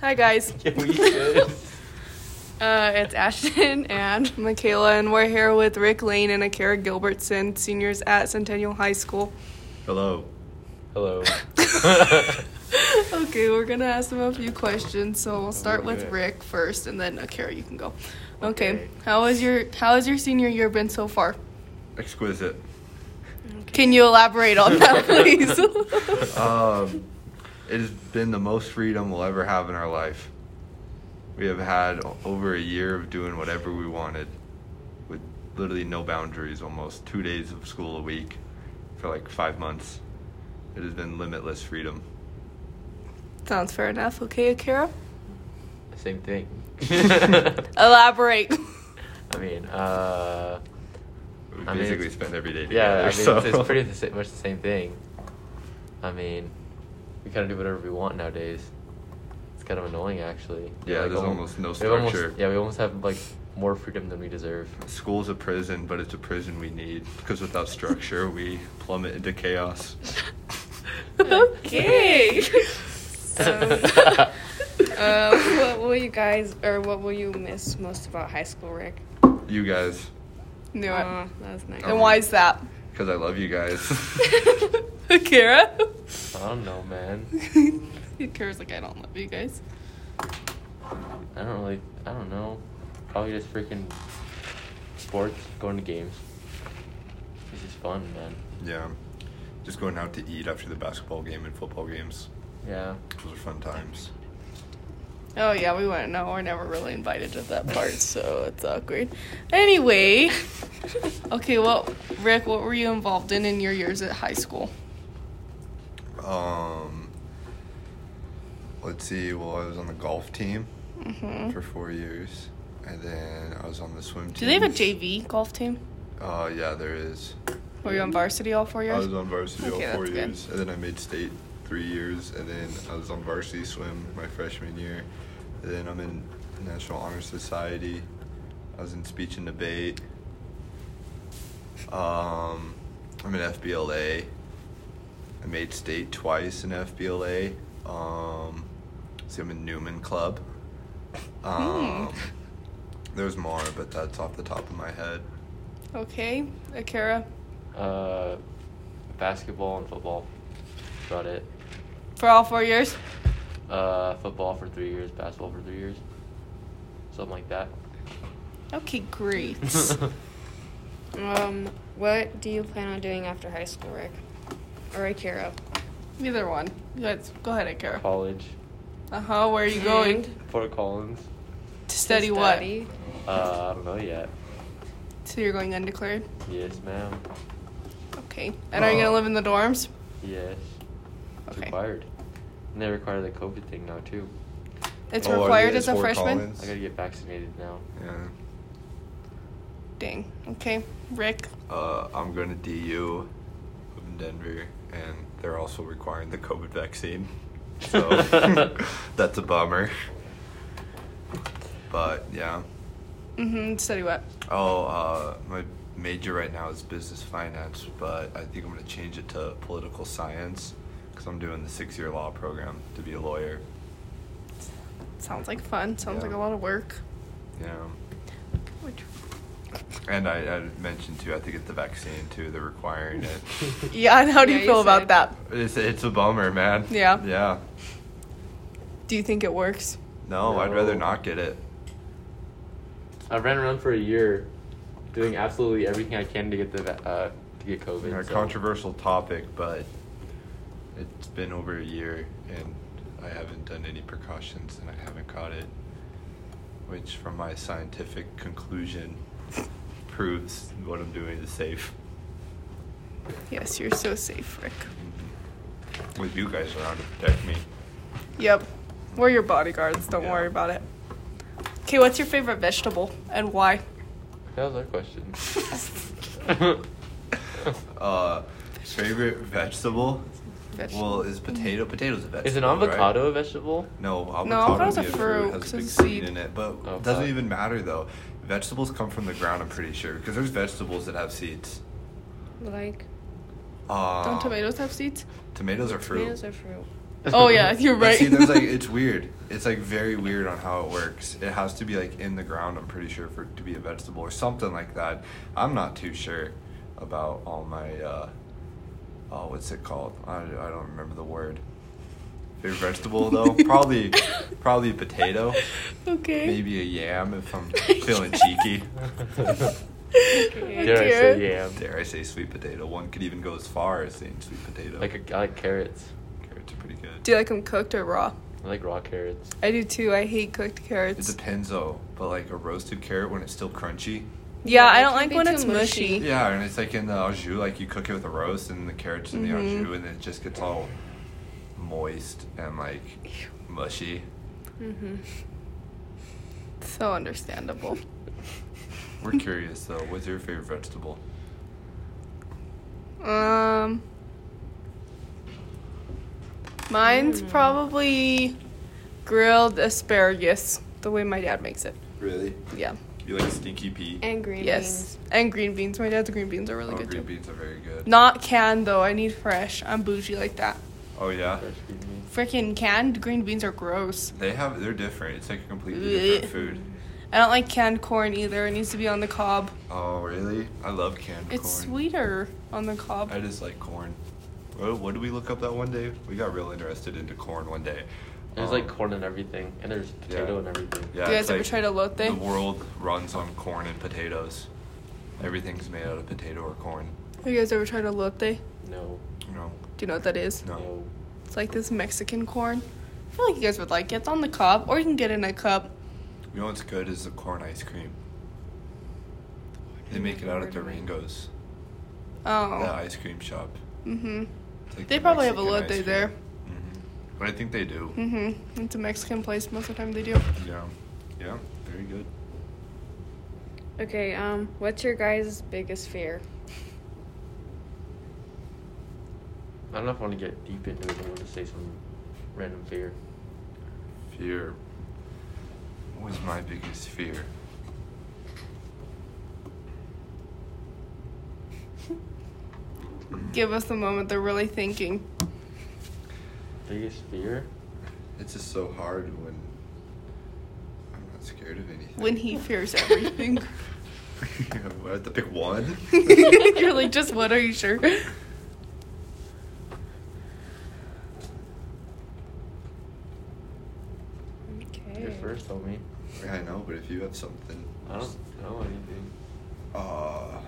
Hi, guys. Yeah, we should. Uh, it's Ashton and Michaela, and we're here with Rick Lane and Akira Gilbertson, seniors at Centennial High School. Hello. Hello. okay, we're gonna ask them a few questions. So we'll start with Okay. Rick first, and then Akira, you can go. Okay. Okay. How has your How has your senior year been so far? Exquisite. Can you elaborate on that, please? Uh, Um, it has been the most freedom we'll ever have in our life. We have had o- over a year of doing whatever we wanted with literally no boundaries, almost two days of school a week for like five months. It has been limitless freedom. Sounds fair enough. Okay, Akira, Same thing. elaborate. I mean, uh, We I mean, basically it's- spend every day together. yeah, I mean, so. it's, it's pretty the, sa- much the same thing. I mean, we kind of do whatever we want nowadays. It's kind of annoying, actually. Yeah, there's al- almost no we almost- structure. yeah, we almost have like more freedom than we deserve. School's a prison, but it's a prison we need because without structure, we plummet into chaos. okay. Um, Uh, what will you guys, or what will you miss most about high school, Rick? You guys, Knew it. Aw, that was nice. and why is that? because I love you guys. Akira? I don't know, man. Akira's like, I don't love you guys. I don't really. I don't know. Probably just freaking sports, going to games. This is fun, man. Yeah. Just going out to eat after the basketball game and football games. Yeah. Those are fun times. Oh, yeah, we wouldn't know. We're never really invited to that part, so it's awkward. Anyway, okay, well, Rick, what were you involved in in your years at high school? Um, let's see. Well, I was on the golf team hmm for four years, and then I was on the swim team. Do they have a JV golf team? Uh, yeah, there is. Were you on varsity all four I was years? on varsity Okay, all four that's good. years, and then I made state three years, and then I was on varsity swim my freshman year, and then I'm in National Honor Society. I was in speech and debate. Um, I'm in FBLA. I made state twice in FBLA. Um, see, I'm in Newman Club. Hmm. Um, There's more, but that's off the top of my head. Okay, Akira, Uh, basketball and football. That's about it. for all four years? Uh, football for three years, basketball for three years, something like that. Okay, great. Um, what do you plan on doing after high school, Rick? Or Akira? Either one. Let's go ahead, Akira. Uh-huh. College, Uh huh, where are you going? And Fort Collins. To study what? study. Uh, I don't know yet. So you're going undeclared? Yes, ma'am. Okay. And are you gonna Uh, live in the dorms? Yes. It's Okay. required. And they require the COVID thing now too. It's Oh, are you required at as a Fort freshman? Collins? I gotta get vaccinated now. Yeah. Dang. Okay. Rick. Uh, I'm going to DU in Denver, and they're also requiring the COVID vaccine. So that's a bummer. But yeah. Mm-hmm. Study what? Oh, uh, my major right now is business finance, but I think I'm going to change it to political science because I'm doing the six year law program to be a lawyer. Sounds like fun. Sounds Yeah. like a lot of work. Yeah. Which- And I, I mentioned too, I think it's the vaccine too, they're requiring it. Yeah, and how do Yeah, you you feel about said. that? It's, it's a bummer, man. Yeah. Yeah. Do you think it works? no. I'd rather No. not get it. I ran around for a year, doing absolutely everything I can to get the va- uh, to get COVID. A so- controversial topic, but it's been over a year and I haven't done any precautions and I haven't caught it, which, from my scientific conclusion, proves what I'm doing is safe. Yes, you're so safe, Rick. Mm-hmm. With you guys around to protect me. Yep. We're your bodyguards. Don't Yeah. worry about it. Okay, what's your favorite vegetable and why? That was our question. Uh, favorite vegetable? Well, is potato potatoes a vegetable? Is an right? avocado a vegetable? No, avocado avocado's would be a a fruit. fruit, has 'cause a big it's seed seed. in it, but Oh, it doesn't fuck. even matter though. Vegetables come from the ground. I'm pretty sure because there's vegetables that have seeds. Like, Uh, Don't tomatoes have seeds? Tomatoes are uh, fruit. tomatoes are fruit. Oh, yeah, you're But right. See, there's like it's weird. It's like very weird on how it works. It has to be like in the ground. I'm pretty sure for it to be a vegetable or something like that. I'm not too sure about all my. Uh, oh, what's it called? I, I don't remember the word. Favorite vegetable though, probably probably potato. okay. Maybe a yam if I'm feeling cheeky. Okay. Dare I say yam? Dare I say sweet potato? One could even go as far as saying sweet potato. Like a, I like carrots. carrots are pretty good. Do you like them cooked or raw? I like raw carrots. I do too. I hate cooked It carrots. depends though, but like a roasted carrot when it's still crunchy. Yeah, Yeah, I it don't can like be when too it's mushy. mushy. Yeah, and it's like in the au jus, like you cook it with a roast and the carrots in the au Mm-hmm. Mhm. jus, and it just gets all moist and like mushy. Mm-hmm. So understandable. We're curious though, what's your favorite vegetable? Um, mine's probably grilled asparagus, the way my dad makes it. Really? Yeah. You like stinky pea? And green yes. And green beans. My dad's green beans are really oh, good green too. beans are very good. Not canned though. I need fresh. I'm bougie like that. Oh yeah, Fresh green beans. Freaking canned green beans are gross. they have. They're different. It's like a completely Blech. different food. I don't like canned corn either. It needs to be on the cob. Oh really? I love canned It's corn. sweeter on the cob. I just like corn. What, what did we look up that one day? We got real interested into corn one day. There's Um, like corn and everything, and there's potato yeah. and everything. Yeah, Do you it's guys ever like try to load The thing? world runs on corn and potatoes. Everything's made out of potato or corn. Have you guys ever tried elote? Do No, No, you know what that is? no. no. It's like this Mexican corn. I feel like you guys would like it. It's on the cob, or you can get it in a cup. You know what's good is the corn ice cream. They make it out at Durango's, the Oh. ice cream shop. Mhm. It's like They the probably have Mexican elote ice cream. there. Mhm. But I think they do. Mhm. It's a Mexican place. Most of the time they do. Yeah. Yeah. Very good. Okay, um, what's your guys' biggest fear? I don't know if I want to get deep into it. I want to say some random fear. Fear. What was my biggest fear? Give us the moment. They're really thinking. Biggest fear? It's just so hard when I'm not scared of anything. When he fears everything. I have to pick one. You're like, just what? Are you sure? Okay. You're first, homie. Yeah, I know, but if you have something, I don't know anything. uh,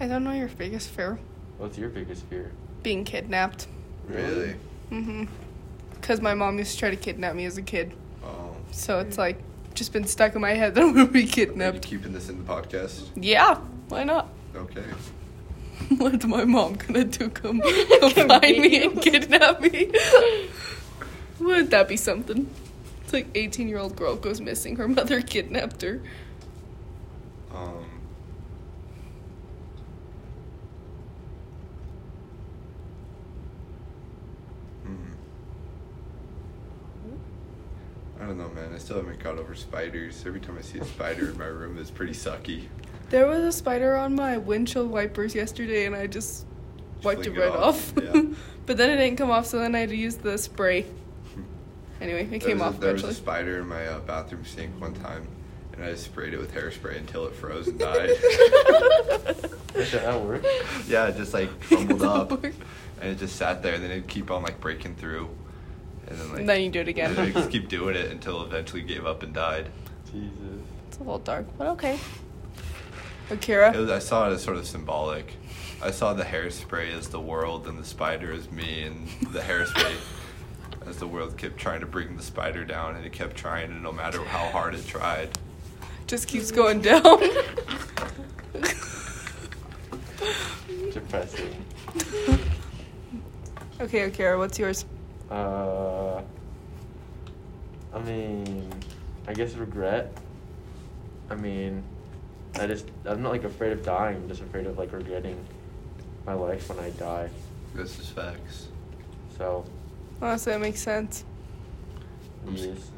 I don't know your biggest fear. What's your biggest fear? Being kidnapped. really, Mhm. Because my mom used to try to kidnap me as a kid. oh, So it's like just been stuck in my head that I'm gonna be are you kidnapped. keeping this in the podcast? Yeah. Why not? Okay. What's my mom gonna do? Come, come find me and kidnap me? Wouldn't that be something? It's like 18 year old girl goes missing. Her mother kidnapped her. Um, hmm. I don't know, man. I still haven't got over spiders. Every time I see a spider in my room, it's pretty sucky. There was a spider on my windshield wipers yesterday, and I just wiped Flick it it right off. off, yeah. but then it didn't come off, so then I had to use the spray. Anyway, it Hmm. There came was off a, there was a eventually. spider in my uh, bathroom sink one time, and I sprayed it with hairspray until it froze and died. Does that work? yeah, it just like crumbled up, Lord. and it just sat there, and then it'd keep on like breaking through, and then like And then you do it and then again. it'd just keep doing it until it eventually gave up and died. Jesus. It's a little dark, but okay. It Akira. was, I saw it as sort of symbolic. I saw the hairspray as the world, and the spider as me, and the hairspray. As the world kept trying to bring the spider down, and it kept trying, and no matter how hard it tried, just keeps going down. Depressing. okay, Akira, what's yours? Uh, I mean, I guess regret. I mean, I just I'm not like afraid of dying. I'm just afraid of like regretting my life when I die. this is facts. So, Honestly, that makes sense. I'm s- yes.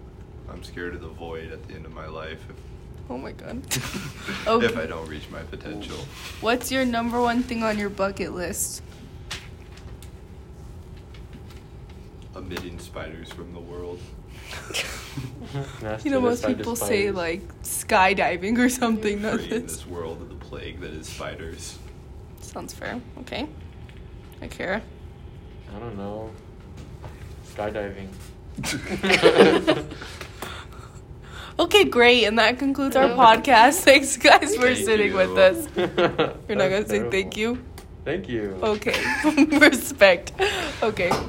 I'm scared of the void at the end of my life Oh my god. if, Okay. if I don't reach my potential. What's your number one thing on your bucket list? A forbidding spiders from the world. Master You know, most decided people say spiders. like skydiving or something. That's Freeing this world of the plague that is spiders. Sounds fair. Okay. I care. I don't know. Skydiving. Okay, great. And that concludes our No. podcast. Thanks, guys, for Thank sitting you. with us. You're You're not going to say thank you? Thank you. Okay. Respect. Okay.